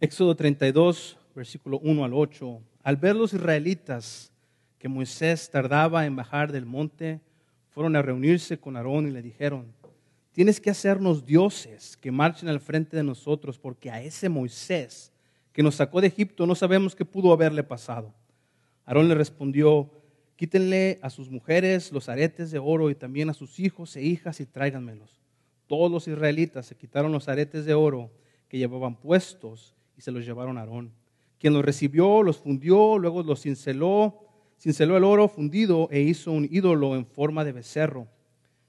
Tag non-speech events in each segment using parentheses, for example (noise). Éxodo 32, versículo 1 al 8. Al ver los israelitas que Moisés tardaba en bajar del monte, fueron a reunirse con Aarón y le dijeron, tienes que hacernos dioses que marchen al frente de nosotros, porque a ese Moisés que nos sacó de Egipto no sabemos qué pudo haberle pasado. Aarón le respondió, quítenle a sus mujeres los aretes de oro y también a sus hijos e hijas y tráiganmelos. Todos los israelitas se quitaron los aretes de oro que llevaban puestos y se los llevaron a Aarón, quien los recibió, los fundió, luego los cinceló, cinceló el oro fundido e hizo un ídolo en forma de becerro.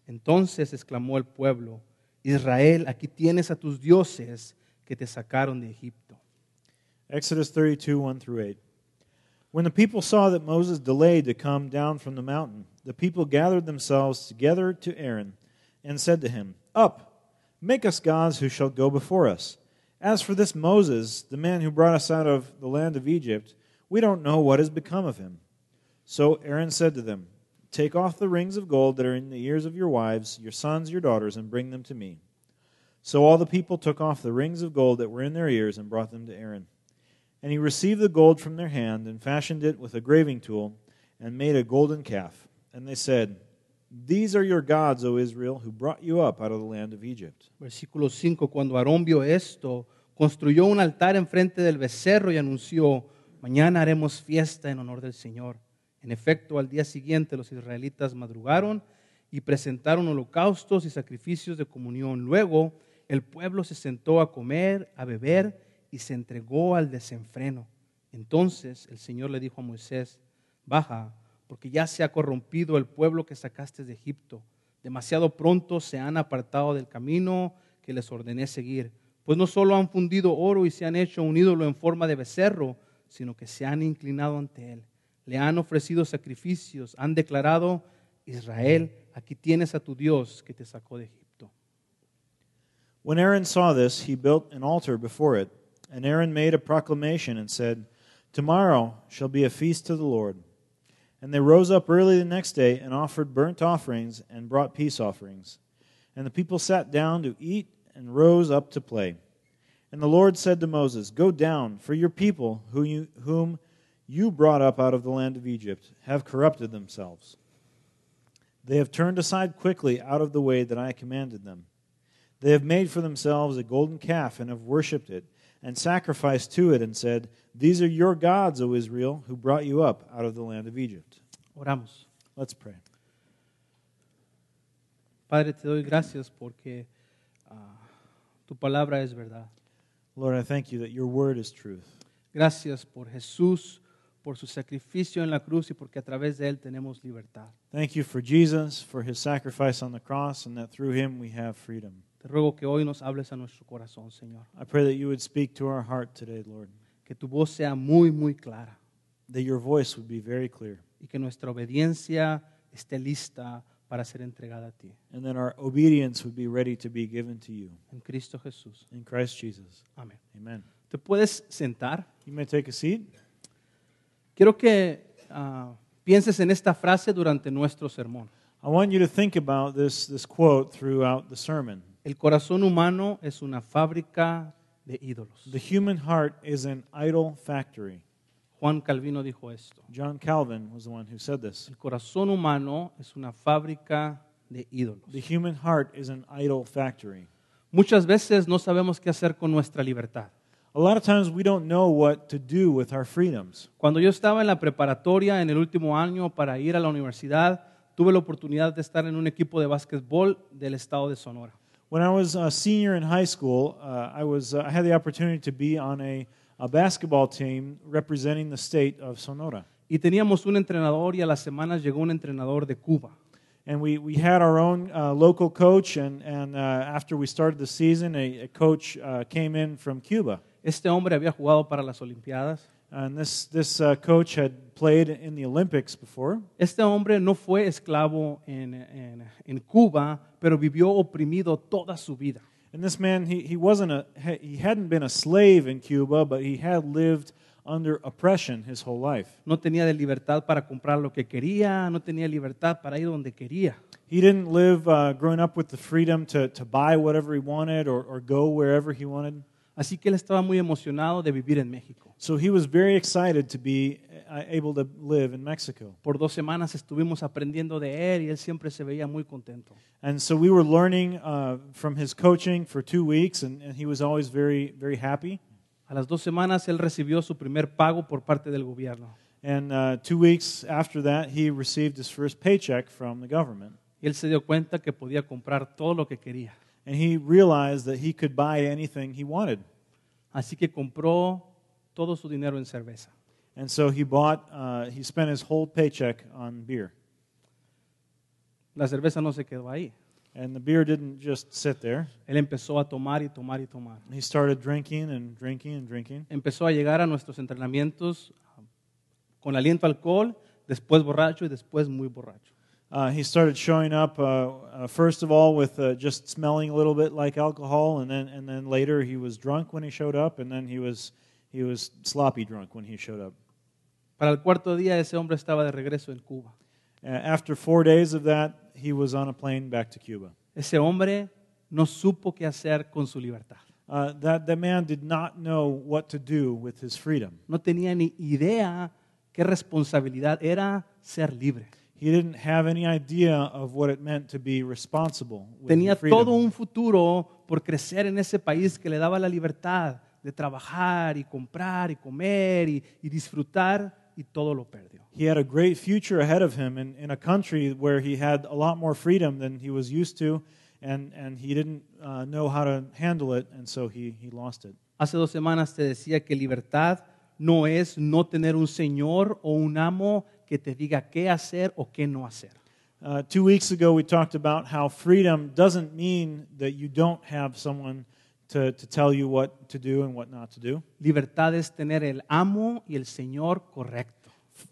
Entonces exclamó el pueblo, Israel, aquí tienes a tus dioses que te sacaron de Egipto. Exodus 32, 1 through 8. When the people saw that Moses delayed to come down from the mountain, the people gathered themselves together to Aaron and said to him, Up, make us gods who shall go before us. As for this Moses, the man who brought us out of the land of Egypt, we don't know what has become of him. So Aaron said to them, Take off the rings of gold that are in the ears of your wives, your sons, your daughters, and bring them to me. So all the people took off the rings of gold that were in their ears and brought them to Aaron. And he received the gold from their hand and fashioned it with a graving tool and made a golden calf. And they said, These are your gods, O Israel, who brought you up out of the land of Egypt. Versículo 5, cuando Aarón vio esto, construyó un altar enfrente del becerro y anunció, mañana haremos fiesta en honor del Señor. En efecto, al día siguiente los israelitas madrugaron y presentaron holocaustos y sacrificios de comunión. Luego el pueblo se sentó a comer, a beber y se entregó al desenfreno. Entonces el Señor le dijo a Moisés, baja, porque ya se ha corrompido el pueblo que sacaste de Egipto. Demasiado pronto se han apartado del camino que les ordené seguir, pues no solo han fundido oro y se han hecho un ídolo en forma de becerro, sino que se han inclinado ante él. Le han ofrecido sacrificios, han declarado, Israel, aquí tienes a tu Dios que te sacó de Egipto. When Aaron saw this, he built an altar before it. And Aaron made a proclamation and said, Tomorrow shall be a feast to the Lord. And they rose up early the next day and offered burnt offerings and brought peace offerings. And the people sat down to eat and rose up to play. And the Lord said to Moses, Go down, for your people, who you, whom you brought up out of the land of Egypt, have corrupted themselves. They have turned aside quickly out of the way that I commanded them. They have made for themselves a golden calf and have worshipped it and sacrificed to it and said, These are your gods, O Israel, who brought you up out of the land of Egypt. Oramos. Let's pray. Padre, te doy gracias porque ah, tu palabra es verdad. Lord, I thank you that your word is truth. Gracias por Jesús, por su sacrificio en la cruz y porque a través de él tenemos libertad. Thank you for Jesus, for his sacrifice on the cross, and that through him we have freedom. Te ruego que hoy nos hables a nuestro corazón, Señor. I pray that you would speak to our heart today, Lord, Que tu voz sea muy, muy clara that your voice would be very clear, y que nuestra obediencia esté lista para ser entregada a ti. and that our obedience would be ready to be given to you. En Cristo Jesús. In Christ Jesus. Amén. Amen. ¿Te puedes sentar? You may take a seat. Quiero que ah, pienses en esta frase durante nuestro sermón. I want you to think about this, this quote throughout the sermon. El corazón humano es una fábrica de ídolos. The human heart is an idol factory. Juan Calvino dijo esto. John Calvin was the one who said this. El corazón humano es una fábrica de ídolos. The human heart is an idol factory. Muchas veces no sabemos qué hacer con nuestra libertad. A lot of times we don't know what to do with our freedoms. Cuando yo estaba en la preparatoria en el último año para ir a la universidad, tuve la oportunidad de estar en un equipo de básquetbol del estado de Sonora. When I was a senior in high school, uh, I, was, uh, I had the opportunity to be on a, a basketball team representing the state of Sonora. Y teníamos un entrenador y a las semanas llegó un entrenador de Cuba. And we, we had our own uh, local coach, and, and uh, after we started the season, a, a coach uh, came in from Cuba. Este hombre había jugado para las Olimpiadas. And this, this uh, coach had played in the Olympics before. Este hombre no fue esclavo en, en- en Cuba, pero vivió oprimido toda su vida. And this man, he, he wasn't a ha- he hadn't been a slave in Cuba, but he had lived under oppression his whole life. No tenía de libertad para comprar lo que quería, no tenía libertad para ir donde quería. He didn't live uh, growing up with the freedom to, to buy whatever he wanted or, or go wherever he wanted. Así que él estaba muy emocionado de vivir en México. So he was very excited to be uh, able to live in Mexico. Por dos semanas estuvimos aprendiendo de él y él siempre se veía muy contento. And so we were learning uh, from his coaching for two weeks, and, and he was always very, very happy. A las dos semanas él recibió su primer pago por parte del gobierno. And uh, two weeks after that, he received his first paycheck from the government. Y él se dio cuenta que podía comprar todo lo que quería. And he realized that he could buy anything he wanted. Así que compró todo su dinero en cerveza. And so he bought, uh, he spent his whole paycheck on beer. La cerveza no se quedó ahí. And the beer didn't just sit there. Él empezó a tomar y tomar y tomar. He started drinking and drinking and drinking. Empezó a llegar a nuestros entrenamientos ah, con aliento a alcohol, después borracho y después muy borracho. Uh, he started showing up, uh, uh, first of all, with uh, just smelling a little bit like alcohol, and then, and then later he was drunk when he showed up, and then he was, he was sloppy drunk when he showed up. Para el cuarto día ese hombre estaba de regreso en Cuba. Uh, after four days of that, he was on a plane back to Cuba. Ese hombre no supo qué hacer con su libertad. Uh, that, that man did not know what to do with his freedom. No tenía ni idea qué responsabilidad era ser libre. He didn't have any idea of what it meant to be responsible with Tenía your freedom. todo un futuro por crecer en ese país que le daba la libertad de trabajar y comprar y comer y, y disfrutar y todo lo perdió. He had a great future ahead of him in, in a country where he had a lot more freedom than he was used to, and, and he didn't uh, know how to handle it, and so he, he lost it. Hace dos semanas te decía que libertad no es no tener un señor o un amo que te diga qué hacer o qué no hacer. Uh, two weeks ago, we talked about how freedom doesn't mean that you don't have someone to, to tell you what to do and what not to do. Libertad es tener el amo y el señor correcto.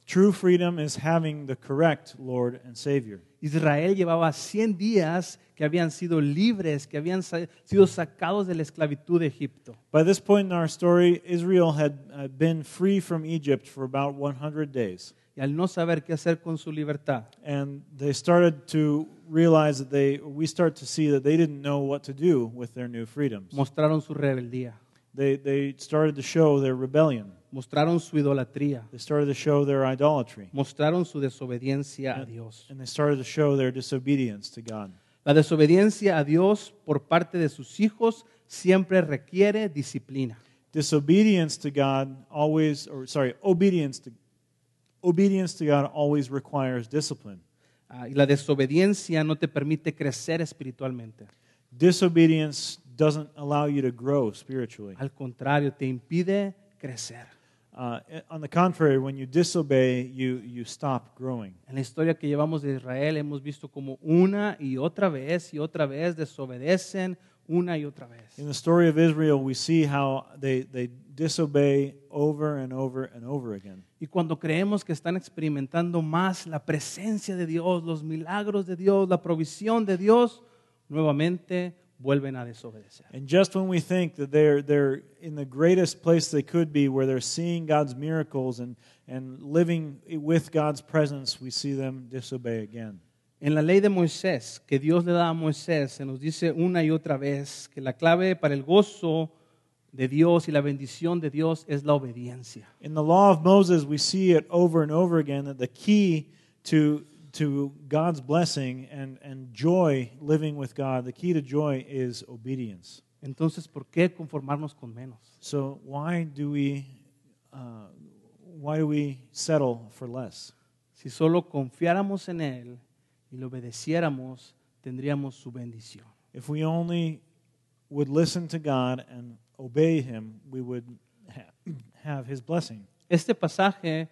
True freedom is having the correct Lord and Savior. Israel llevaba 100 días que habían sido libres, que habían sa- sido sacados de la esclavitud de Egipto. By this point in our story, Israel had uh, been free from Egypt for about 100 days. Y al no saber qué hacer con su libertad, and they started to realize that they we start to see that they didn't know what to do with their new freedoms mostraron su rebeldía, they they started to show their rebellion mostraron su idolatría, they started to show their idolatry mostraron su desobediencia a Dios. and they started to show their disobedience to god La desobediencia a Dios por parte de sus hijos siempre requiere disciplina. disobedience to god always or sorry obedience to obedience to god always requires discipline Ah, y la desobediencia no te permite crecer espiritualmente. disobedience doesn't allow you to grow spiritually Al contrario, te impide crecer. uh, on the contrary when you disobey you you stop growing En la historia que llevamos de Israel hemos visto como una y otra vez y otra vez desobedecen una y otra vez. In the story of Israel, we see how they, they disobey over and over and over again. Y cuando creemos que están experimentando más la presencia de Dios, los milagros de Dios, la provisión de Dios, nuevamente vuelven a desobedecer. And just when we think that they're, they're in the greatest place they could be, where they're seeing God's miracles and, and living with God's presence, we see them disobey again. En la ley de Moisés, que Dios le da a Moisés, se nos dice una y otra vez que la clave para el gozo de Dios y la bendición de Dios es la obediencia. In the law of Moses, we see it over and over again that the key to, to God's blessing and, and joy living with God, the key to joy is obedience. Entonces, ¿por qué conformarnos con menos? So why do we uh, why do we settle for less? Si solo confiáramos en Él y le obedeciéramos, tendríamos su bendición. If we only would listen to God and obey Him, we would ha- have His blessing. Este pasaje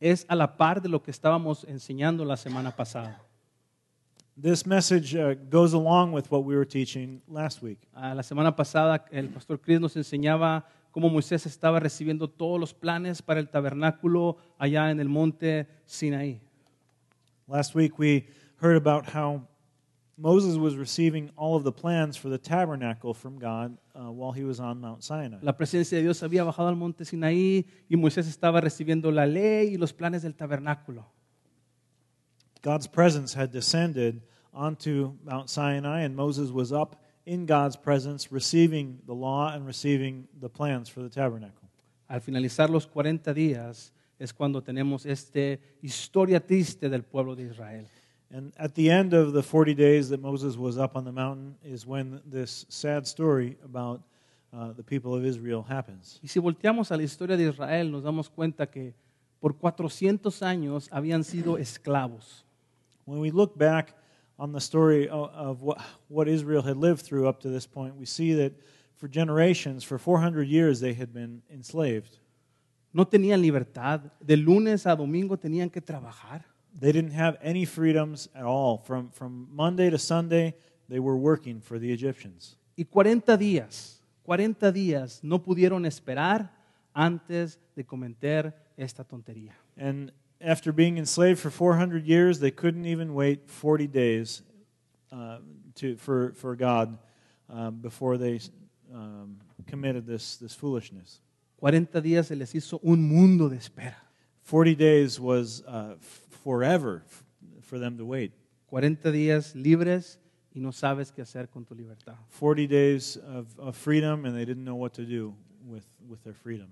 es a la par de lo que estábamos enseñando la semana pasada. This message uh, goes along with what we were teaching last week. Ah, la semana pasada el pastor Chris nos enseñaba cómo Moisés estaba recibiendo todos los planes para el tabernáculo allá en el monte Sinaí. Last week we heard about how Moses was receiving all of the plans for the tabernacle from God uh, while he was on Mount Sinai. La presencia de Dios había bajado al monte Sinaí y Moisés estaba recibiendo la ley y los planes del tabernáculo. God's presence had descended onto Mount Sinai, and Moses was up in God's presence, receiving the law and receiving the plans for the tabernacle. Al finalizar los 40 días es cuando tenemos esta historia triste del pueblo de Israel. And at the end of the 40 days that Moses was up on the mountain is when this sad story about uh, the people of Israel happens. Y si volteamos a la historia de Israel, nos damos cuenta que por 400 años habían sido esclavos. When we look back on the story of, of what, what Israel had lived through up to this point, we see that for generations, for 400 years, they had been enslaved. No tenían libertad. De lunes a domingo tenían que trabajar. They didn't have any freedoms at all. From, from Monday to Sunday, they were working for the Egyptians. Y 40 días, 40 días no pudieron esperar antes de cometer esta tontería. And after being enslaved for 400 years, they couldn't even wait 40 days uh, to, for, for God um, before they um, committed this, this foolishness. 40 días se les hizo un mundo de espera. 40 days was uh, f- forever f- for them to wait. 40 días libres y no sabes qué hacer con tu libertad. 40 days of, of freedom, and they didn't know what to do with, with their freedom.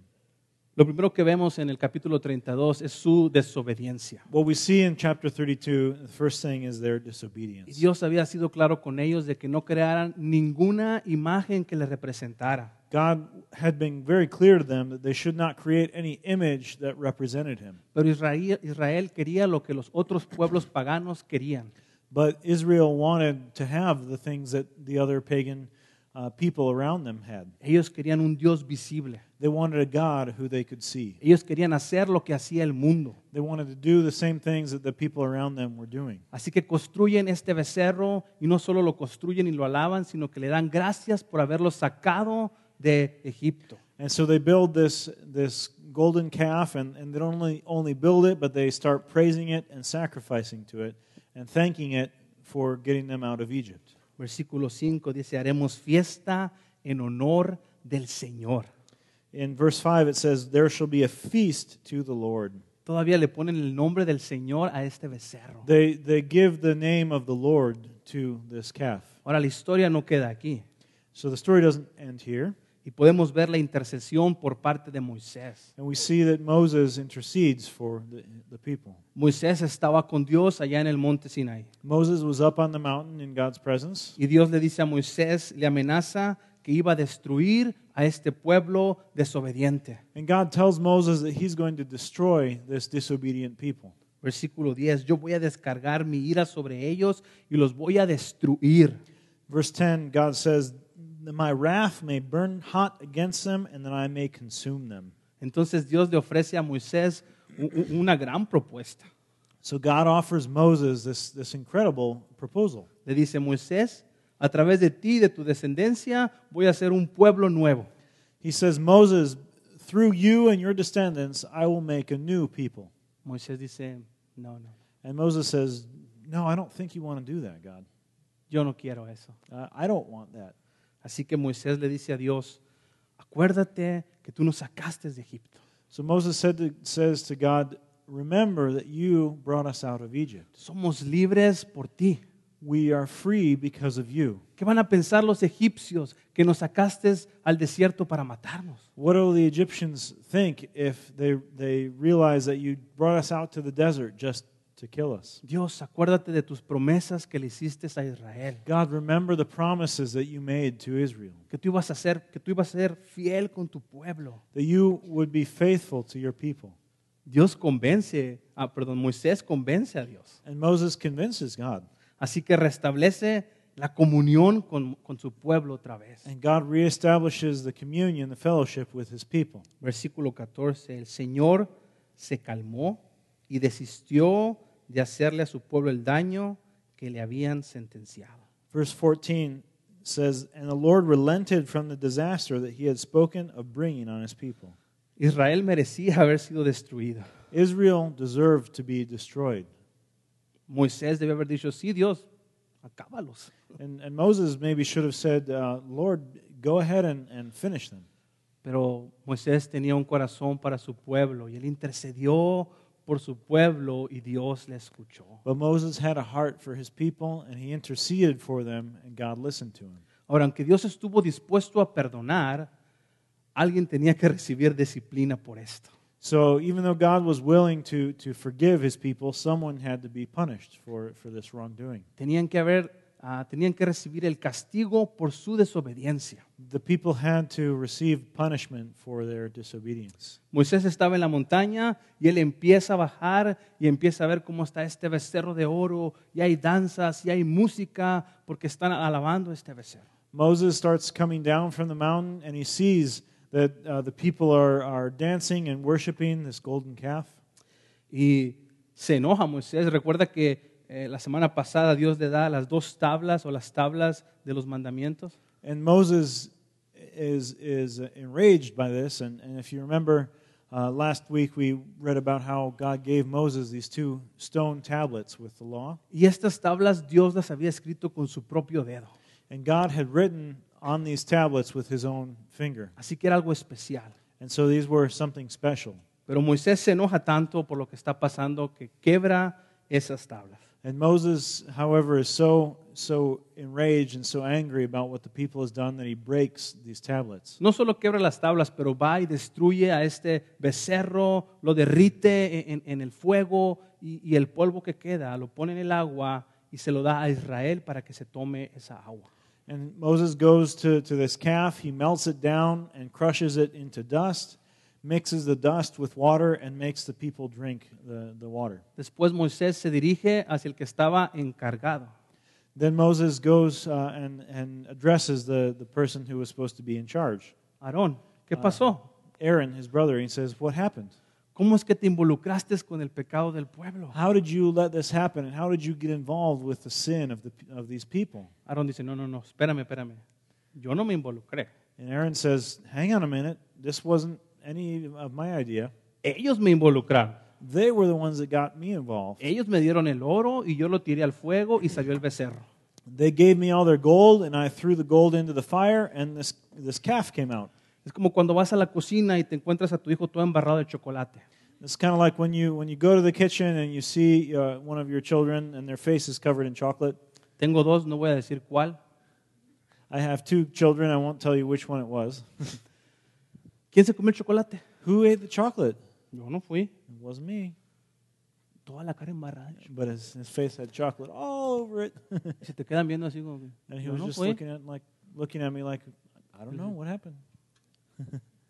Lo primero que vemos en el capítulo 32 es su desobediencia. What we see in chapter 32, the first thing is their Y disobedience. Dios había sido claro con ellos de que no crearan ninguna imagen que les representara. God had been very clear to them that they should not create any image that represented him. Pero Israel, Israel quería lo que los otros pueblos paganos querían. But Israel wanted to have the things that the other pagan uh, people around them had. Ellos querían un Dios visible. They wanted a God who they could see. Ellos querían hacer lo que hacía el mundo. They wanted to do the same things that the people around them were doing. Así que construyen este becerro y no solo lo construyen y lo alaban, sino que le dan gracias por haberlo sacado de Egipto. And so they build this, this golden calf, and, and they don't only, only build it, but they start praising it and sacrificing to it and thanking it for getting them out of Egypt. Versículo 5 dice, haremos fiesta en honor del Señor. In verse 5, it says, There shall be a feast to the Lord. Todavía le ponen el nombre del Señor a este becerro. They, they give the name of the Lord to this calf. Ahora la historia no queda aquí So the story doesn't end here. y podemos ver la intercesión por parte de Moisés. And we see that Moses intercedes for the, the people. Moisés estaba con Dios allá en el monte Sinaí Moses was up on the mountain in God's presence, y Dios le dice a Moisés, le amenaza que iba a destruir a este pueblo desobediente. and God tells Moses that he's going to destroy this disobedient people. Versículo 10, yo voy a descargar mi ira sobre ellos y los voy a destruir. Verse 10, God says, that My wrath may burn hot against them, and that I may consume them. Entonces Dios le ofrece a Moisés u- u- una gran propuesta. So God offers Moses this, this incredible proposal. Le dice, Moisés, a través de ti y de tu descendencia voy a hacer un pueblo nuevo. He says, Moses, through you and your descendants, I will make a new people. Moisés dice, no, no, And Moses says, No, I don't think you want to do that, God. yo no quiero eso. Uh, I don't want that. Así que Moisés le dice a Dios, acuérdate que tú nos sacaste de Egipto. So Moses said to, says to God, Remember that you brought us out of Egypt. Somos libres por ti. We are free because of you. ¿Qué van a pensar los egipcios que nos sacaste al desierto para matarnos? What will the Egyptians think if they, they realize that you brought us out to the desert just to kill us? Dios, acuérdate de tus promesas que le hiciste a Israel, God, remember the promises that you made to Israel, que tú ibas a ser, que tú ibas a ser fiel con tu pueblo. that you would be faithful to your people. Dios convence, ah, perdón, Moisés convence a Dios. And Moses convinces God. Así que restablece la comunión con, con su pueblo otra vez. And God reestablishes the communion, the fellowship with his people. Versículo 14, el Señor se calmó y desistió de hacerle a su pueblo el daño que le habían sentenciado. Verse 14 says, And the Lord relented from the disaster that he had spoken of bringing on his people. Israel merecía haber sido destruido. Israel deserved to be destroyed. Moisés debe haber dicho, sí, Dios, acábalos. And, and Moses maybe should have said, uh, Lord, go ahead and, and finish them. Pero Moisés tenía un corazón para su pueblo y él intercedió por su pueblo y Dios le escuchó. But Moses had a heart for his people, and he interceded for them, and God listened to him. Ahora, aunque Dios estuvo dispuesto a perdonar, alguien tenía que recibir disciplina por esto. So even though God was willing to, to forgive his people, someone had to be punished for, for this wrongdoing. Tenían que haber, ah, tenían que recibir el castigo por su desobediencia. The people had to receive punishment for their disobedience. Moisés estaba en la montaña y él empieza a bajar y empieza a ver cómo está este becerro de oro y hay danzas y hay música porque están alabando a este becerro. Moses starts coming down from the mountain and he sees that uh, the people are, are dancing and worshiping this golden calf. Y se enoja Moisés. Recuerda que eh, la semana pasada Dios le da las dos tablas o las tablas de los mandamientos. And Moses is, is enraged by this. And, and if you remember, uh, last week we read about how God gave Moses these two stone tablets with the law. Y estas tablas Dios las había escrito con su propio dedo. And God had written on these tablets with his own finger. Así que era algo especial. And so these were something special. Pero Moisés se enoja tanto por lo que está pasando que quebra esas tablas. And Moses, however, is so so enraged and so angry about what the people has done that he breaks these tablets. No solo quebra las tablas, pero va y destruye a este becerro, lo derrite en, en el fuego y, y el polvo que queda lo pone en el agua y se lo da a Israel para que se tome esa agua. And Moses goes to, to this calf, he melts it down and crushes it into dust, mixes the dust with water, and makes the people drink the, the water. Después Moisés se dirige hacia el que estaba encargado. Then Moses goes uh, and, and addresses the, the person who was supposed to be in charge, Aarón, ¿qué pasó? Aaron, his brother. He says, What happened? ¿Cómo es que te involucraste con el pecado del pueblo? How did you let this happen? And how did you get involved with the sin of, the, of these people? Aarón dice, no, no, no, espérame, espérame. Yo no me involucré. And Aaron says, Hang on a minute. This wasn't any of my idea. Ellos me involucraron. They were the ones that got me involved. Ellos me dieron el oro y yo lo tiré al fuego y salió el becerro. They gave me all their gold, and I threw the gold into the fire, and this, this calf came out. Es como cuando vas a la cocina y te encuentras a tu hijo todo embarrado de chocolate. It's kind of like when you, when you go to the kitchen and you see uh, one of your children and their face is covered in chocolate. Tengo dos, no voy a decir cuál. I have two children. I won't tell you which one it was. ¿Quién se comió el chocolate? Who ate the chocolate? Yo no fui. It wasn't me. Toda la cara embarrada. de chocolate. But his, his face had chocolate all over it. Y se te quedan viendo así como que, and he yo was no just fui. looking at, like, looking at me like, I don't know, what happened?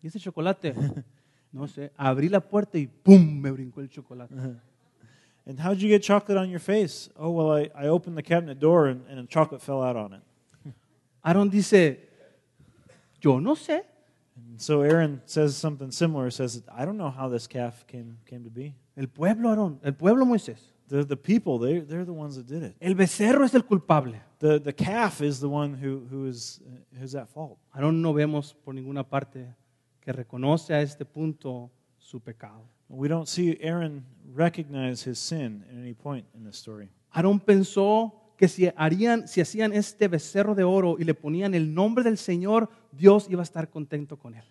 ¿Y ese chocolate? (laughs) No sé. Abrí la puerta y ¡pum! Me brincó el chocolate. And how'd you get chocolate on your face? Oh, well, I, I opened the cabinet door and, and chocolate fell out on it. Aaron dice, yo no sé. And so Aaron says something similar. Says, I don't know how this calf came, came to be. El pueblo, Aarón. El pueblo, Moisés. The, the people, they, they're the ones that did it. El becerro es el culpable. The, the calf is the one who, who is who's at fault. Aarón no vemos por ninguna parte que reconoce a este punto su pecado. We don't see Aaron recognize his sin at any point in this story. Aarón pensó que si, harían, si hacían este becerro de oro y le ponían el nombre del Señor, Dios iba a estar contento con él.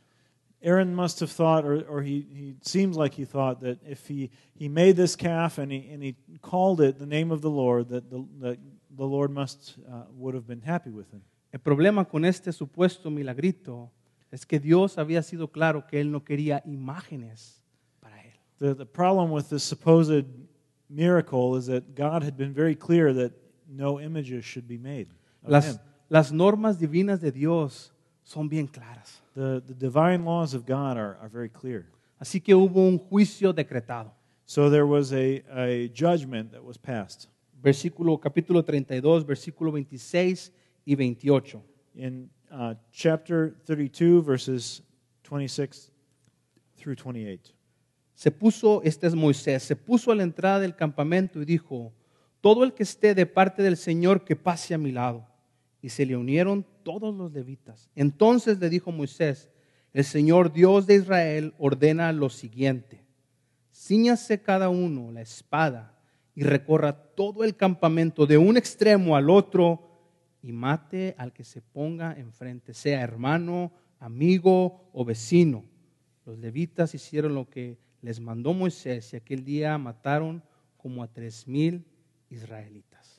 Aaron must have thought, or, or he, he seems like he thought, that if he, he made this calf and he, and he called it the name of the Lord, that the, that the Lord must uh, would have been happy with him. El problema con este supuesto milagrito es que Dios había sido claro que él no quería imágenes para él. The, the problem with this supposed miracle is that God had been very clear that no images should be made. of him. Las, las normas divinas de Dios son bien claras. The, the divine laws of God are, are very clear. Así que hubo un juicio decretado. So there was a, a judgment that was passed. Versículo capítulo 32, versículo 26 y 28. In uh, chapter 32, verses 26 through 28. Se puso, este es Moisés, se puso a la entrada del campamento y dijo, todo el que esté de parte del Señor que pase a mi lado. Y se le unieron todos los levitas. Entonces le dijo Moisés, el Señor Dios de Israel ordena lo siguiente, ciñase cada uno la espada y recorra todo el campamento de un extremo al otro y mate al que se ponga enfrente, sea hermano, amigo o vecino. Los levitas hicieron lo que les mandó Moisés y aquel día mataron como a tres mil israelitas.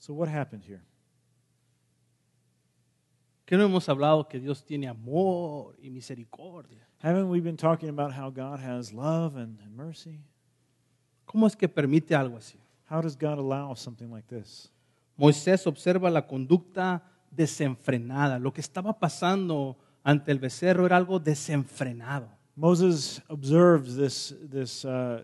So what happened here? ¿Qué no hemos hablado que Dios tiene amor y misericordia? Haven't we been talking about how God has love and, and mercy? ¿Cómo es que permite algo así? How does God allow something like this? Moisés observa la conducta desenfrenada. Lo que estaba pasando ante el becerro era algo desenfrenado. Moses observes this this uh,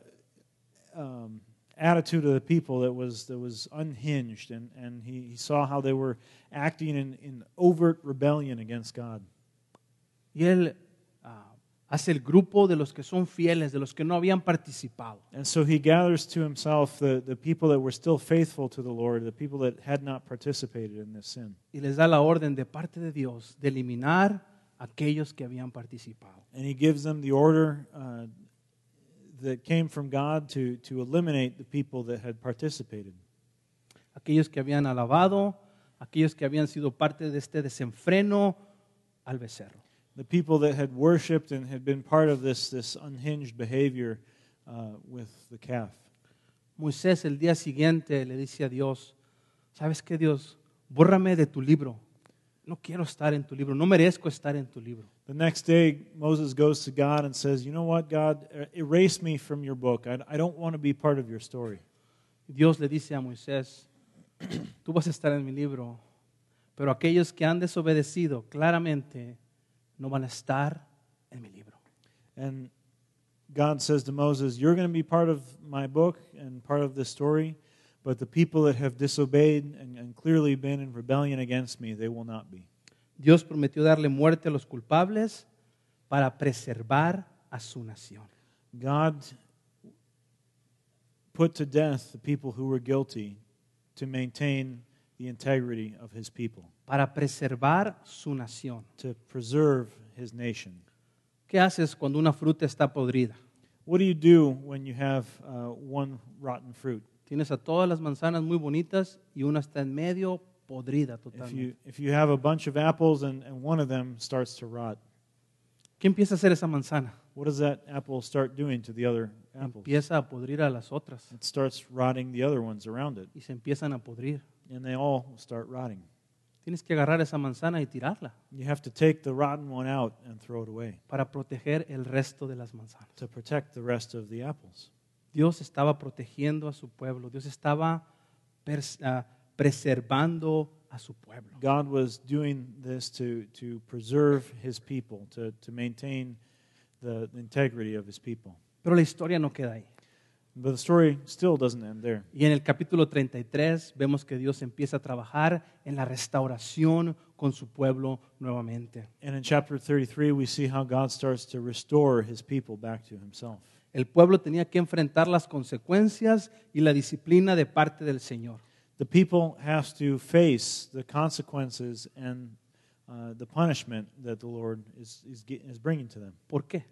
um, attitude of the people that was that was unhinged, and and he, he saw how they were acting in, in overt rebellion against God. Y él ah, hace el grupo de los que son fieles, de los que no habían participado. And so he gathers to himself the, the people that were still faithful to the Lord, the people that had not participated in this sin. Y les da la orden de parte de Dios de eliminar a aquellos que habían participado. And he gives them the order uh, that came from God to, to eliminate the people that had participated. Aquellos que habían alabado, aquellos que habían sido parte de este desenfreno al becerro. The people that had worshiped and had been part of this, this unhinged behavior uh, with the calf. Moisés el día siguiente le dice a Dios, ¿sabes qué Dios? Bórrame de tu libro. No quiero estar en tu libro, no merezco estar en tu libro. The next day, Moses goes to God and says, You know what, God, Er- erase me from your book. I, I don't want to be part of your story. Dios le dice a Moisés, tú vas a estar en mi libro, pero aquellos que han desobedecido claramente no van a estar en mi libro. And God says to Moses, You're going to be part of my book and part of this story, but the people that have disobeyed and, and clearly been in rebellion against me, they will not be. Dios prometió darle muerte a los culpables para preservar a su nación. God put to death the people who were guilty to maintain the integrity of his people, Para preservar su nación. to preserve his nation. ¿Qué haces cuando una fruta está podrida? What do you do when you have uh, one rotten fruit? Tienes a todas las manzanas muy bonitas y una está en medio podrida If totalmente. you, if you have a bunch of apples and, and one of them starts to rot, ¿Qué empieza a hacer esa manzana? what does that apple start doing to the other apples? Empieza a podrir a las otras It starts rotting the other ones around it, y se empiezan a podrir. and they all start rotting. Tienes que agarrar esa manzana y tirarla You have to take the rotten one out and throw it away para proteger el resto de las manzanas. to protect the rest of the apples. Dios estaba protegiendo a su pueblo, Dios estaba pers- ah, preservando a su pueblo. God was doing this to, to preserve his people, to, to maintain the integrity of his people. Pero la historia no queda ahí. But the story still doesn't end there. Y en el capítulo 33 vemos que Dios empieza a trabajar en la restauración con su pueblo nuevamente. And in chapter 33, we see how God starts to restore his people back to himself. El pueblo tenía que enfrentar las consecuencias y la disciplina de parte del Señor. The people has to face the consequences and uh, the punishment that the Lord is, is, ge- is bringing to them. ¿Por qué?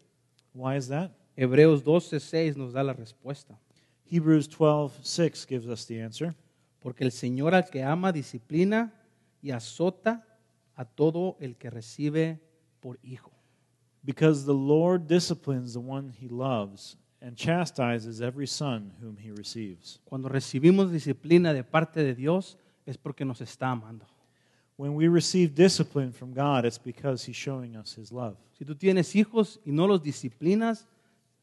Why is that? Hebreos 12:6 nos da la respuesta. Hebrews 12, 6 gives us the answer. Porque el Señor al que ama disciplina y azota a todo el que recibe por hijo. Because the Lord disciplines the one he loves and chastises every son whom he receives. Cuando recibimos disciplina de parte de Dios es porque nos está amando. When we receive discipline from God, it's because he's showing us his love. Si tú tienes hijos y no los disciplinas,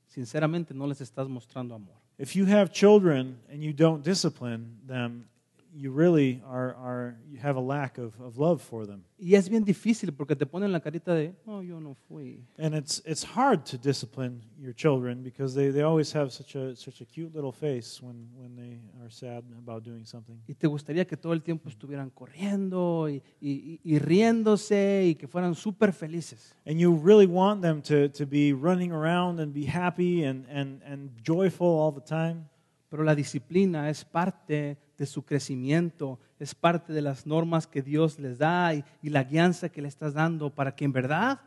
sinceramente no les estás mostrando amor. If you have children and you don't discipline them, you really are, are you have a lack of, of love for them. Y es bien difícil porque te ponen la carita de, no, yo no fui. And it's it's hard to discipline your children because they, they always have such a such a cute little face when, when they are sad about doing something. Y te gustaría que todo el tiempo estuvieran corriendo y, y- y- y riéndose y que fueran súper felices. And you really want them to, to be running around and be happy and, and, and joyful all the time. Pero la disciplina es parte de su crecimiento, es parte de las normas que Dios les da y, y la guianza que le estás dando para que en verdad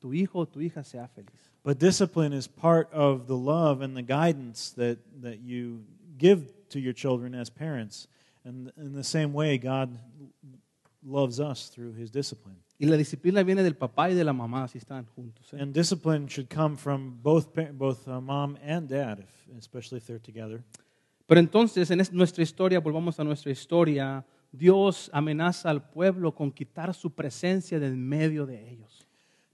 tu hijo o tu hija sea feliz. But discipline is part of the love and the guidance that, that you give to your children as parents. And in the same way, God loves us through his discipline. Y la disciplina viene del papá y de la mamá si están juntos. ¿eh? And discipline should come from both, pa- both uh, mom and dad, if, especially if they're together. Pero entonces, en es- nuestra historia, volvamos a nuestra historia, Dios amenaza al pueblo con quitar su presencia del medio de ellos.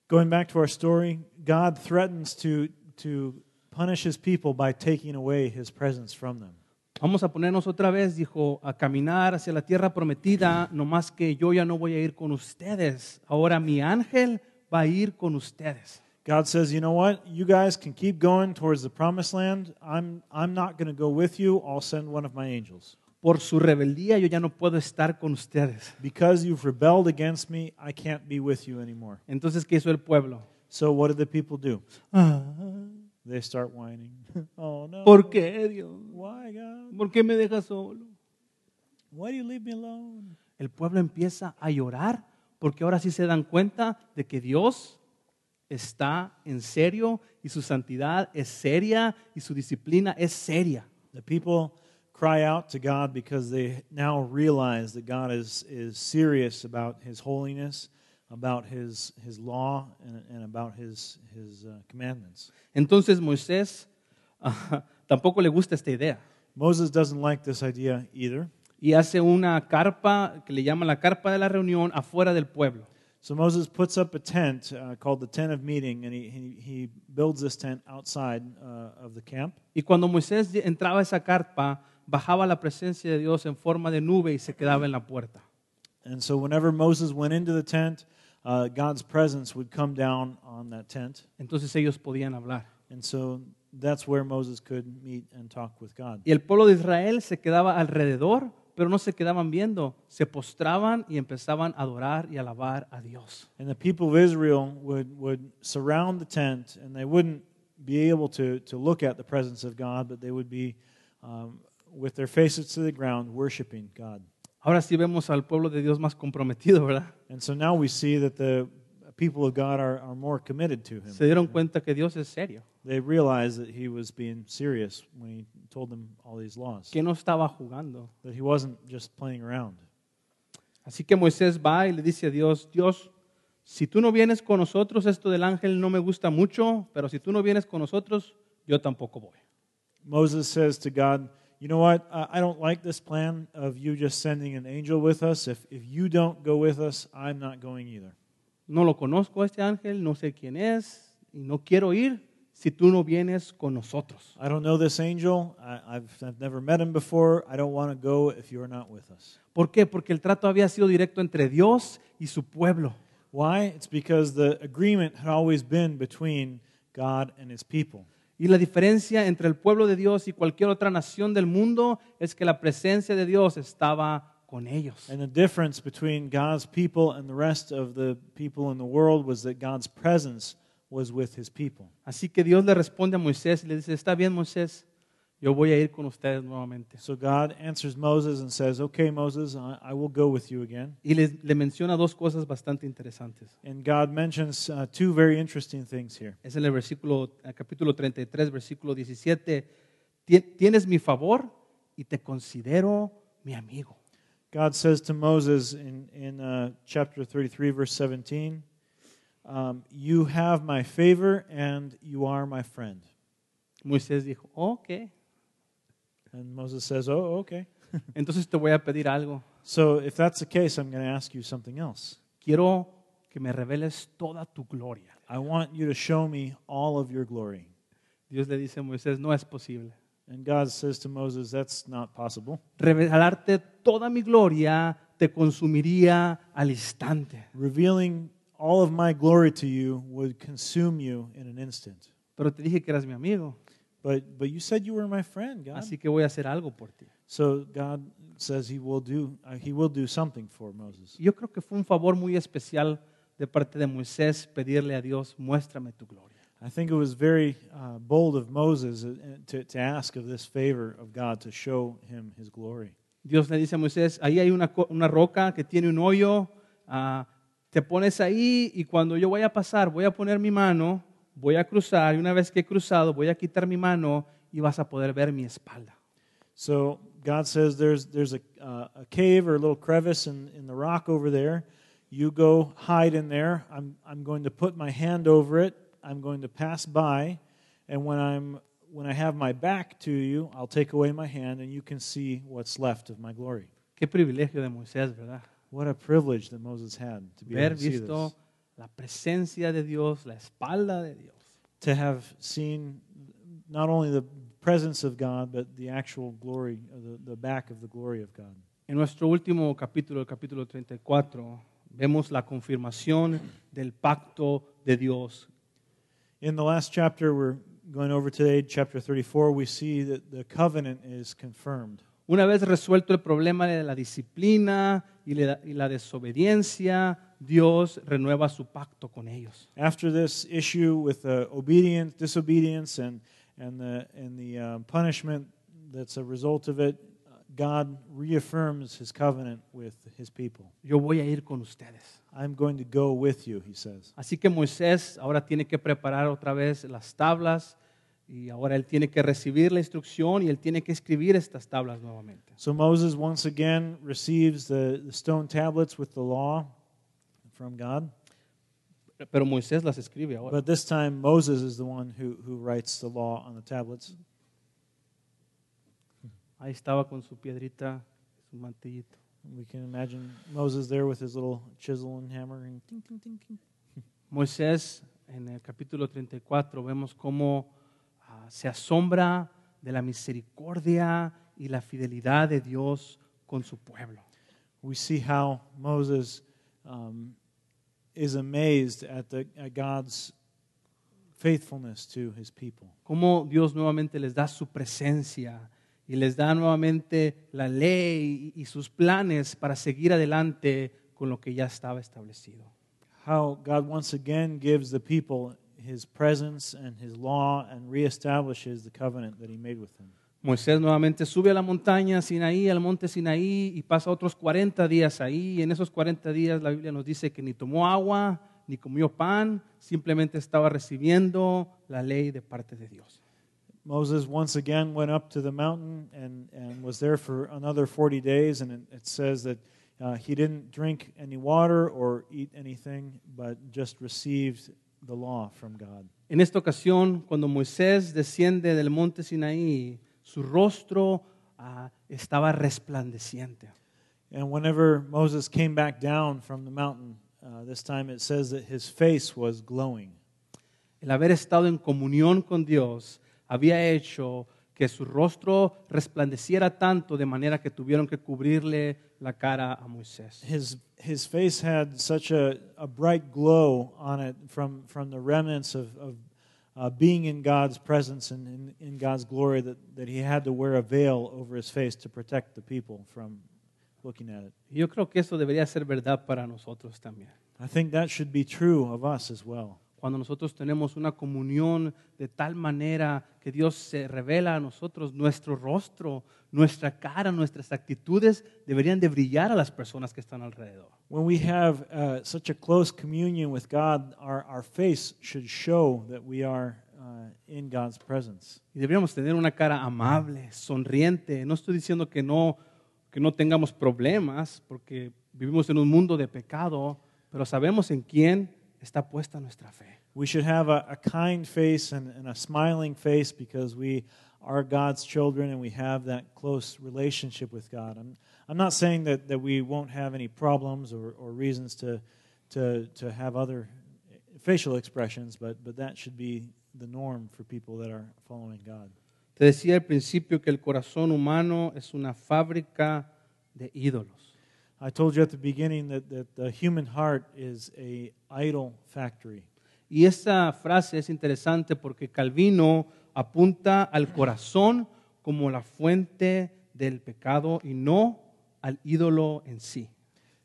Going back to our story, God threatens to, to punish his people by taking away his presence from them. Vamos a ponernos otra vez, dijo, a caminar hacia la tierra prometida, nomás que yo ya no voy a ir con ustedes. Ahora mi ángel va a ir con ustedes. God says, "You know what? You guys can keep going towards the promised land. I'm I'm not going to go with you. I'll send one of my angels. Por su rebeldía yo ya no puedo estar con ustedes. Because you've rebelled against me, I can't be with you anymore." Entonces, ¿qué hizo el pueblo? So what do the people do? They start whining. (laughs) oh no. ¿Por qué, Dios? Why, God? ¿Por qué me dejas solo? Why do you leave me alone? El pueblo empieza a llorar porque ahora sí se dan cuenta de que Dios está en serio y su santidad es seria y su disciplina es seria. The people cry out to God because they now realize that God is is serious about his holiness, about his his law and, and about his his uh, commandments. Entonces Moisés (laughs) ah, tampoco le gusta esta idea Moses doesn't like this idea either. y hace una carpa que le llama la carpa de la reunión afuera del pueblo. So Moses puts up a tent uh, called the Tent of Meeting, and he, he, he builds this tent outside uh, of the camp. Y cuando Moisés entraba a esa carpa, bajaba la presencia de Dios en forma de nube y se quedaba en la puerta. And so whenever Moses went into the tent, uh, God's presence would come down on that tent. Entonces ellos podían hablar. And so that's where Moses could meet and talk with God. Y el pueblo de Israel se quedaba alrededor, pero no se quedaban viendo, se postraban y empezaban a adorar y alabar a Dios. And the people of Israel would, would surround the tent, and they wouldn't be able to, to look at the presence of God, but they would be um, with their faces to the ground worshiping God. Ahora sí vemos al pueblo de Dios más comprometido, ¿verdad? And so now we see that the people of God are, are more committed to him. Se dieron cuenta que Dios es serio, They realized that he was being serious when he told them all these laws, que no estaba jugando. that he wasn't just playing around. Así que Moisés va y le dice a Dios, Dios, si tú no vienes con nosotros, esto del ángel no me gusta mucho, pero si tú no vienes con nosotros, yo tampoco voy. Moses says to God, You know what? I I don't like this plan of you just sending an angel with us. If, if you don't go with us, I'm not going either. No lo conozco a este ángel, no sé quién es y no quiero ir si tú no vienes con nosotros. I don't know this angel. I, I've, I've never met him before. I don't want to go if you're not with us. ¿Por qué? Porque el trato había sido directo entre Dios y su pueblo. Why? It's because the agreement had always been between God and his people. Y la diferencia entre el pueblo de Dios y cualquier otra nación del mundo es que la presencia de Dios estaba con ellos. And the difference between God's people and the rest of the people in the world was that God's presence was with his people. Así que Dios le responde a Moisés y le dice, está bien Moisés, yo voy a ir con ustedes nuevamente. So God answers Moses and says, Okay, Moses, I, I will go with you again. Y les- le menciona dos cosas bastante interesantes. And God mentions uh, two very interesting things here. Es en el versículo, eh, capítulo 33, versículo 17. "Tien- Tienes mi favor y te considero mi amigo. God says to Moses in, in uh, chapter 33, verse 17, um, You have my favor and you are my friend. Moisés dijo, ok, And Moses says, Oh, okay. entonces te voy a pedir algo. So if that's the case, I'm going to ask you something else. Quiero que me reveles toda tu gloria. I want you to show me all of your glory. Dios le dice a Moisés, no es posible. And God says to Moses, That's not possible. Revelarte toda mi gloria te consumiría al instante. Revealing all of my glory to you would consume you in an instant. Pero te dije que eras mi amigo, But, but you said you were my friend, God. así que voy a hacer algo por ti. So God says he will do, uh, he will do something for Moses. Yo creo que fue un favor muy especial de parte de Moisés pedirle a Dios, muéstrame tu gloria. I think it was very uh, bold of Moses uh, to, to ask of this favor of God to show him his glory. Dios le dice a Moisés, ahí hay una, co- una roca que tiene un hoyo, ah, te pones ahí y cuando yo vaya a pasar, voy a poner mi mano, voy a cruzar y una vez que he cruzado, voy a quitar mi mano y vas a poder ver mi espalda. So God says there's, there's a, uh, a cave or a little crevice in, in the rock over there. You go hide in there. I'm, I'm going to put my hand over it. I'm going to pass by. And when, I'm, when I have my back to you, I'll take away my hand and you can see what's left of my glory. Qué privilegio de Moisés, ¿verdad? What a privilege that Moses had to be Ver able to see this. visto la presencia de Dios, la espalda de Dios. to have seen not only the presence of God, but the actual glory, uh, the, the back of the glory of God. En nuestro último capítulo, el capítulo 34, vemos la confirmación del pacto de Dios In the last chapter we're going over today, chapter 34, we see that the covenant is confirmed. Una vez resuelto el problema de la disciplina y la, y la desobediencia, Dios renueva su pacto con ellos. After this issue with uh, obedience, disobedience, and, and the, and the uh, punishment that's a result of it, uh, God reaffirms his covenant with his people. Yo voy a ir con ustedes. I'm going to go with you, he says. Así que Moisés ahora tiene que preparar otra vez las tablas y ahora él tiene que recibir la instrucción y él tiene que escribir estas tablas nuevamente. So Moses once again receives the, the stone tablets with the law from God, Pero Moisés las escribe ahora. but this time Moses is the one who, who writes the law on the tablets. Ahí estaba con su piedrita, su mantillito. We can imagine Moses there with his little chisel and hammer and ting, ting, ting, ting. Moisés, en el capítulo 34, vemos cómo ah, se asombra de la misericordia y la fidelidad de Dios con su pueblo. We see how Moses um, is amazed at, the, at God's faithfulness to his people. Cómo Dios nuevamente les da su presencia y les da nuevamente la ley y y sus planes para seguir adelante con lo que ya estaba establecido. how God once again gives the people his presence and his law and reestablishes the covenant that he made with them. Moisés nuevamente sube a la montaña Sinaí, al monte Sinaí, y pasa otros 40 días ahí. Y en esos 40 días la Biblia nos dice que ni tomó agua, ni comió pan, simplemente estaba recibiendo la ley de parte de Dios. Moses once again went up to the mountain and, and was there for another 40 days, and it, it says that uh, he didn't drink any water or eat anything, but just received the law from God. En esta ocasión, cuando Moisés desciende del monte Sinaí, su rostro ah, estaba resplandeciente. And whenever Moses came back down from the mountain, uh, this time it says that his face was glowing. El haber estado en comunión con Dios había hecho que su rostro resplandeciera tanto de manera que tuvieron que cubrirle la cara a Moisés. his his face had such a, a bright glow on it from from the remnants of, of uh, being in God's presence and in, in God's glory that, that he had to wear a veil over his face to protect the people from looking at it. Y Yo creo que eso debería ser verdad para nosotros también. I think that should be true of us as well. Cuando nosotros tenemos una comunión de tal manera que Dios se revela a nosotros, nuestro rostro, nuestra cara, nuestras actitudes deberían de brillar a las personas que están alrededor. When we have uh, such a close communion with God, our, our face should show that we are uh, in God's presence. Y deberíamos tener una cara amable, sonriente. No estoy diciendo que no, que no tengamos problemas, porque vivimos en un mundo de pecado, pero sabemos en quién está puesta nuestra fe. We should have a, a kind face and, and a smiling face because we are God's children and we have that close relationship with God. I'm, I'm not saying that, that we won't have any problems or, or reasons to, to, to have other facial expressions, but, but that should be the norm for people that are following God. Te decía al principio que el corazón humano es una fábrica de ídolos. I told you at the beginning that, that the human heart is a idol factory. Y esa frase es interesante porque Calvino apunta al corazón como la fuente del pecado y no al ídolo en sí.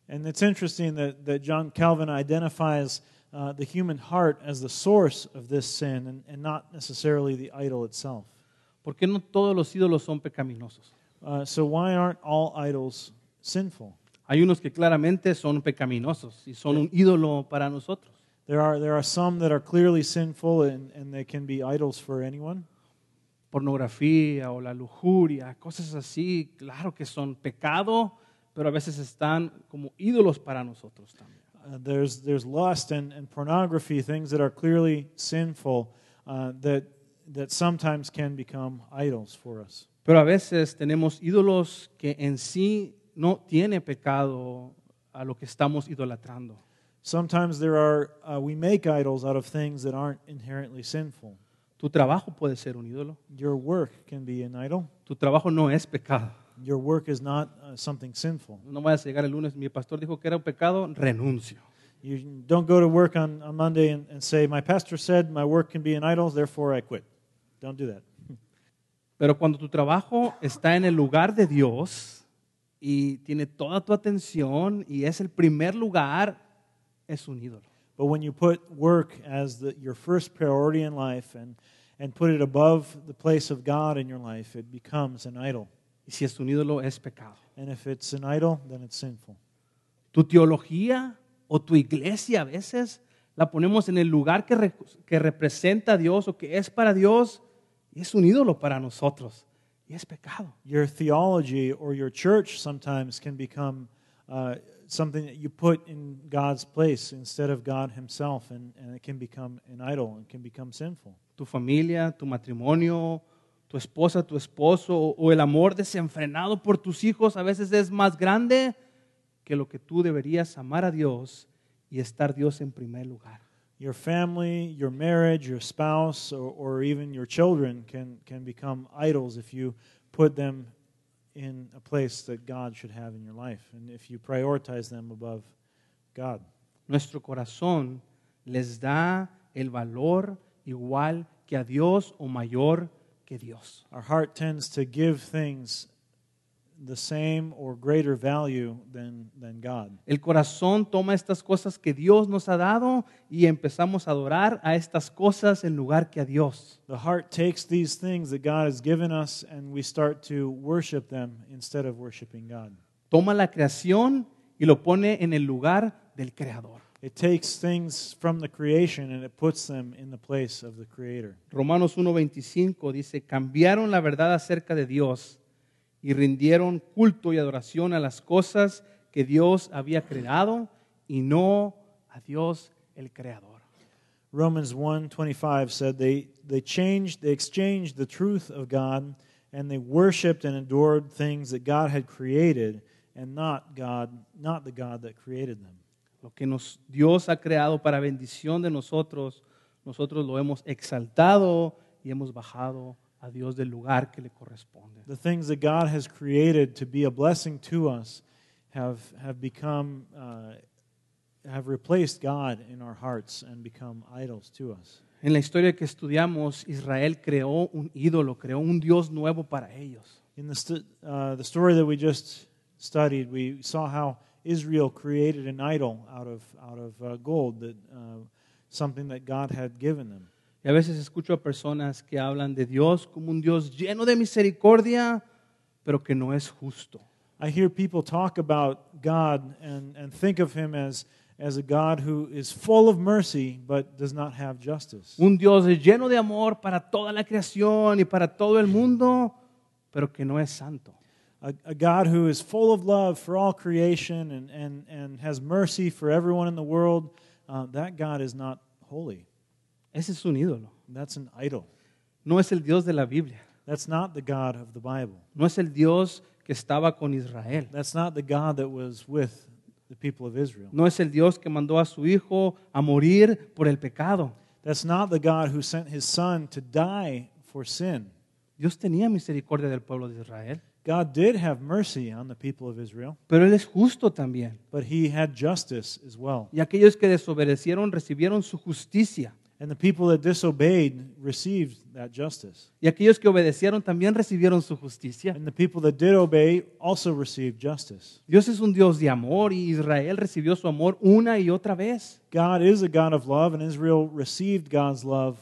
And it's interesting that, that John Calvin identifies uh, the human heart as the source of this sin and, and not necessarily the idol itself. ¿Por qué no todos los ídolos son pecaminosos? Uh, so, why aren't all idols sinful? Hay unos que claramente son pecaminosos y son un ídolo para nosotros. There are, there are some that are clearly sinful and, and they can be idols for anyone. Pornografía o la lujuria, cosas así, claro que son pecado, pero a veces están como ídolos para nosotros también. Uh, there's, there's lust and, and pornography, things that are clearly sinful uh, that, that sometimes can become idols for us. Pero a veces tenemos ídolos que en sí no tiene pecado a lo que estamos idolatrando. Sometimes there are, uh, we make idols out of things that aren't inherently sinful. Tu trabajo puede ser un ídolo. Your work can be an idol. Tu trabajo no es pecado. Your work is not uh, something sinful. No vayas a llegar el lunes, mi pastor dijo que era un pecado, renuncio. You don't go to work on, on Monday and, and say, My pastor said my work can be an idol, therefore I quit. Don't do that. (laughs) Pero cuando tu trabajo está en el lugar de Dios y tiene toda tu atención y es el primer lugar, es un ídolo. But when you put work as the, your first priority in life and, and put it above the place of God in your life, it becomes an idol. Y si es un ídolo, es pecado. And if it's an idol, then it's sinful. Tu teología o tu iglesia a veces la ponemos en el lugar que, re- que representa a Dios o que es para Dios y es un ídolo para nosotros y es pecado. Your theology or your church sometimes can become uh, something that you put in God's place instead of God Himself, and, and it can become an idol and can become sinful. Tu familia, tu matrimonio, tu esposa, tu esposo o, o el amor desenfrenado por tus hijos a veces es más grande que lo que tú deberías amar a Dios y estar Dios en primer lugar. Your family, your marriage, your spouse, or, or even your children can, can become idols if you put them in a place that God should have in your life and if you prioritize them above God. Nuestro corazón les da el valor igual que a Dios o mayor que Dios. Our heart tends to give things the same or greater value than, than God. El corazón toma estas cosas que Dios nos ha dado y empezamos a adorar a estas cosas en lugar que a Dios. The heart takes these things that God has given us and we start to worship them instead of worshiping God. Toma la creación y lo pone en el lugar del Creador. It takes things from the creation and it puts them in the place of the Creator. Romanos 1:25 dice, cambiaron la verdad acerca de Dios y rindieron culto y adoración a las cosas que Dios había creado y no a Dios el Creador. Romans 1:25 said they they changed they exchanged the truth of God and they worshiped and adored things that God had created and not God not the God that created them. Lo que nos, Dios ha creado para bendición de nosotros, nosotros lo hemos exaltado y hemos bajado a Dios del lugar que le corresponde. The things that God has created to be a blessing to us have have become uh, have replaced God in our hearts and become idols to us. En la historia que estudiamos, Israel creó un ídolo, creó un Dios nuevo para ellos. In the, st- uh, the story that we just studied, we saw how Israel created an idol out of, out of uh, gold, that, uh, something that God had given them. Y a veces escucho a personas que hablan de Dios como un Dios lleno de misericordia, pero que no es justo. I hear people talk about God and, and think of him as, as a God who is full of mercy but does not have justice. Un Dios lleno de amor para toda la creación y para todo el mundo, pero que no es santo. A, a God who is full of love for all creation and, and, and has mercy for everyone in the world, uh, that God is not holy. Ese es un ídolo. That's an idol. No es el Dios de la Biblia. That's not the God of the Bible. No es el Dios que estaba con Israel. That's not the God that was with the people of Israel. No es el Dios que mandó a su hijo a morir por el pecado. That's not the God who sent his son to die for sin. Dios tenía misericordia del pueblo de Israel, God did have mercy on the people of Israel, pero Él es justo también. but he had justice as well. Y aquellos que desobedecieron recibieron su justicia. And the people that disobeyed received that justice. Y aquellos que obedecieron también recibieron su justicia. And the people that did obey also received justice. Dios es un Dios de amor y Israel recibió su amor una y otra vez. God is a God of love, and Israel received God's love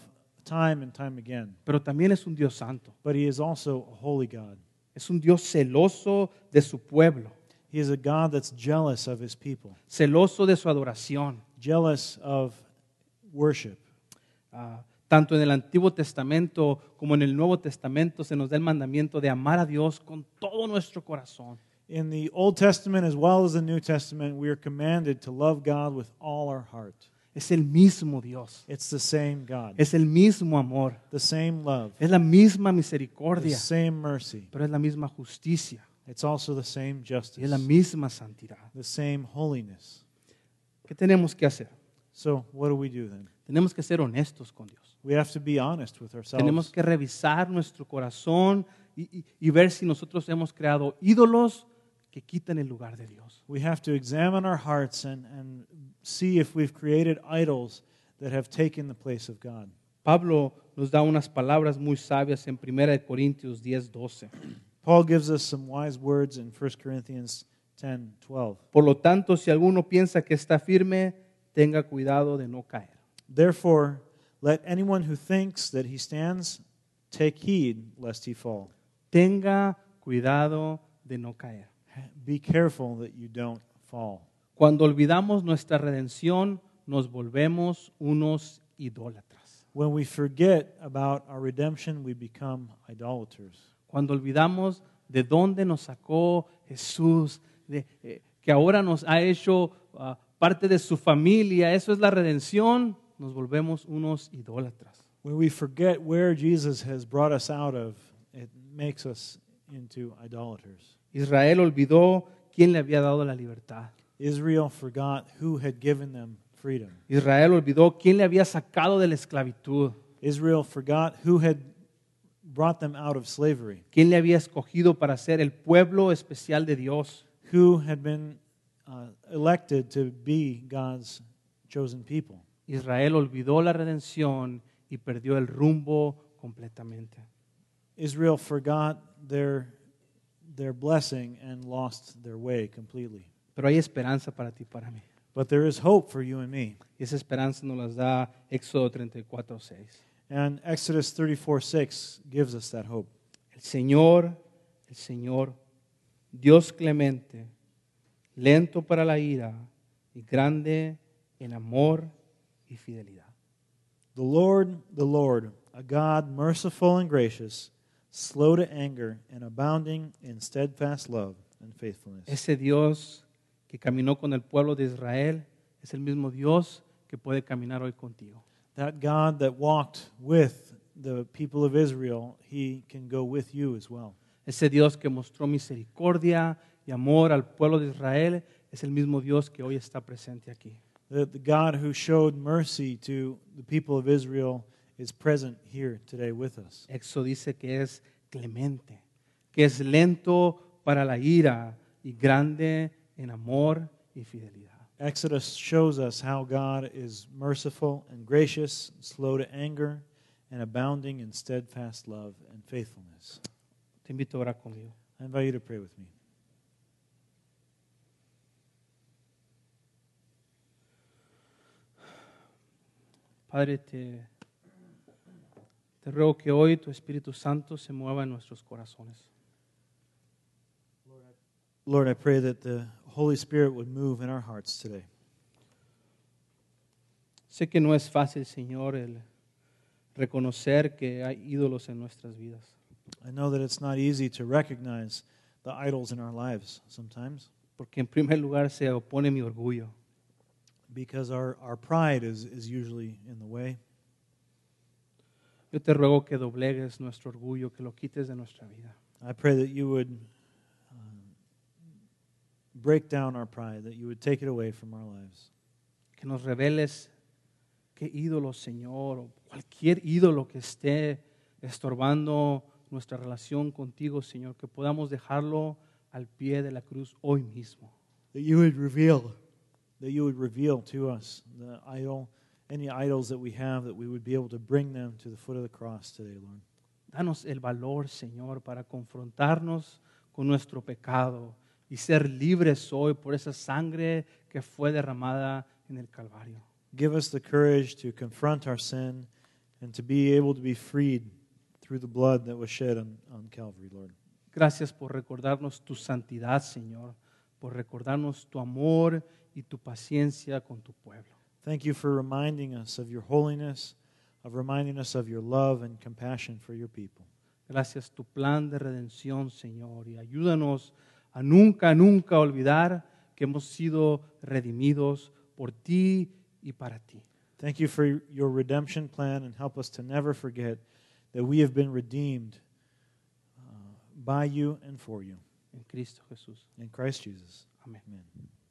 time and time again. Pero también es un Dios santo. But he is also a holy God. Es un Dios celoso de su pueblo, He is a God that's jealous of his people, celoso de su adoración. jealous of worship. Ah, tanto en el Antiguo Testamento como en el Nuevo Testamento se nos da el mandamiento de amar a Dios con todo nuestro corazón. In the Old Testament as well as the New Testament, we are commanded to love God with all our heart. Es el mismo Dios, It's the same God, es el mismo amor, the same love, es la misma the misericordia, same mercy. pero es la misma justicia It's also the y same es la justice, misma santidad. the same holiness. ¿Qué tenemos que hacer? So, what do we do then? Tenemos que ser honestos con Dios. We have to be honest with ourselves. Tenemos que revisar nuestro corazón y, y- y ver si nosotros hemos creado ídolos que quitan el lugar de Dios. We have to examine our hearts and, and see if we've created idols that have taken the place of God. Pablo nos da unas palabras muy sabias en 1 de Corintios 10, 12. Paul gives us some wise words in 1 Corinthians 10 12. Por lo tanto, si alguno piensa que está firme, tenga cuidado de no caer. Therefore, let anyone who thinks that he stands take heed lest he fall. Tenga cuidado de no caer. Be careful that you don't fall. Cuando olvidamos nuestra redención, nos volvemos unos idólatras. When we forget about our redemption, we become idolaters. Cuando olvidamos de dónde nos sacó Jesús, de, eh, que ahora nos ha hecho ah, parte de su familia, eso es la redención, nos volvemos unos idólatras. When we forget where Jesus has brought us out of, it makes us into idolaters. Israel olvidó quién le había dado la libertad. Israel forgot who had given them freedom. Israel olvidó quién le había sacado de la esclavitud, Israel forgot who had brought them out of slavery, quién le había escogido para ser el pueblo especial de Dios. who had been uh, elected to be God's chosen people. Israel olvidó la redención y perdió el rumbo completamente. Israel forgot their, their blessing and lost their way completely. Pero hay esperanza para ti y para mí. But there is hope for you and me. Y esa esperanza nos las da Éxodo 34, 6. And Exodus 34 6 gives us that hope. El Señor, el Señor, Dios clemente, lento para la ira y grande en amor y fidelidad. The Lord, the Lord, a God merciful and gracious, slow to anger and abounding in steadfast love and faithfulness. Ese Dios que caminó con el pueblo de Israel es el mismo Dios que puede caminar hoy contigo. That God that walked with the people of Israel, he can go with you as well. Ese Dios que mostró misericordia y amor al pueblo de Israel es el mismo Dios que hoy está presente aquí. The, the God who showed mercy to the people of Israel is present here today with us. Éxodo dice que es clemente, que es lento para la ira y grande en amor y fidelidad. Exodus shows us how God is merciful and gracious, slow to anger, and abounding in steadfast love and faithfulness. Te invito a orar conmigo. I invite you to pray with me. Padre, te, te ruego que hoy tu Espíritu Santo se mueva en nuestros corazones. Lord, I pray that the Holy Spirit would move in our hearts today. Sé que no es fácil, Señor, el reconocer que hay ídolos en nuestras vidas. I know that it's not easy to recognize the idols in our lives sometimes Porque en primer lugar se opone mi orgullo. because our, our pride is, is usually in the way. Yo te ruego que doblegues nuestro orgullo, que lo quites de nuestra vida. I pray that you would um, break down our pride, that you would take it away from our lives, Que nos reveles qué ídolo, Señor, o cualquier ídolo que esté estorbando nuestra relación contigo, Señor, que podamos dejarlo al pie de la cruz hoy mismo. that you would reveal, that you would reveal to us the idol any idols that we have, that we would be able to bring them to the foot of the cross today, Lord. Danos el valor, Señor, para confrontarnos con nuestro pecado y ser libres hoy por esa sangre que fue derramada en el Calvario. Give us the courage to confront our sin and to be able to be freed through the blood that was shed on, on Calvary, Lord. Gracias por recordarnos tu santidad, Señor, por recordarnos tu amor y tu paciencia con tu pueblo. Thank you for reminding us of your holiness, of reminding us of your love and compassion for your people. Gracias tu plan de redención, Señor, y ayúdanos a nunca, nunca olvidar que hemos sido redimidos por ti y para ti. Thank you for your redemption plan and help us to never forget that we have been redeemed uh, by you and for you. En Cristo Jesús. In Christ Jesus. Amén. Amen.